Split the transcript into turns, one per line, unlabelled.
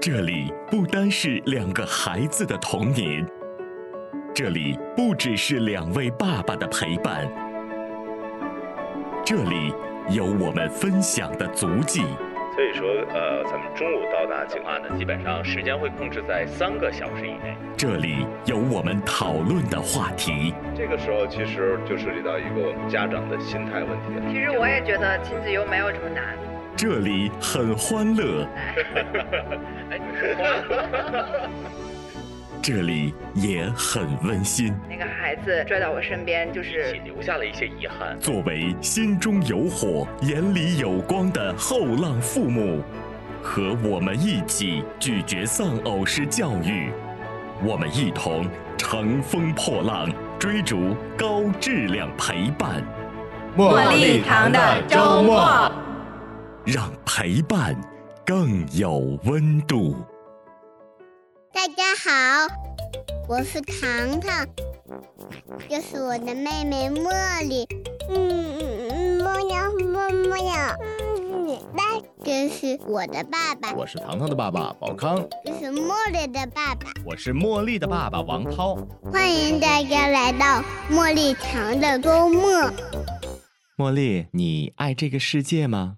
这里不单是两个孩子的童年，这里不只是两位爸爸的陪伴，这里有我们分享的足迹。
所以说，呃，咱们中午到达景安呢，基本上时间会控制在三个小时以内。
这里有我们讨论的话题，
这个时候其实就涉及到一个我们家长的心态问题 了。
其实我也觉得亲子游没有这么难。
这里很欢乐，
哎，你说 话。
这里也很温馨。
那个孩子拽到我身边，就
一起
是
留下了一些遗憾。
作为心中有火、眼里有光的后浪父母，和我们一起拒绝丧偶式教育，我们一同乘风破浪，追逐高质量陪伴，
茉莉堂的周末。
让陪伴更有温度。
大家好，我是糖糖，这是我的妹妹茉莉。嗯嗯嗯，茉呀茉茉呀，嗯，来，这是我的爸爸，
我是糖糖的爸爸宝康，
这是茉莉的爸爸。
我是茉莉的爸爸王涛。
欢迎大家来到茉莉糖的周末。
茉莉，你爱这个世界吗？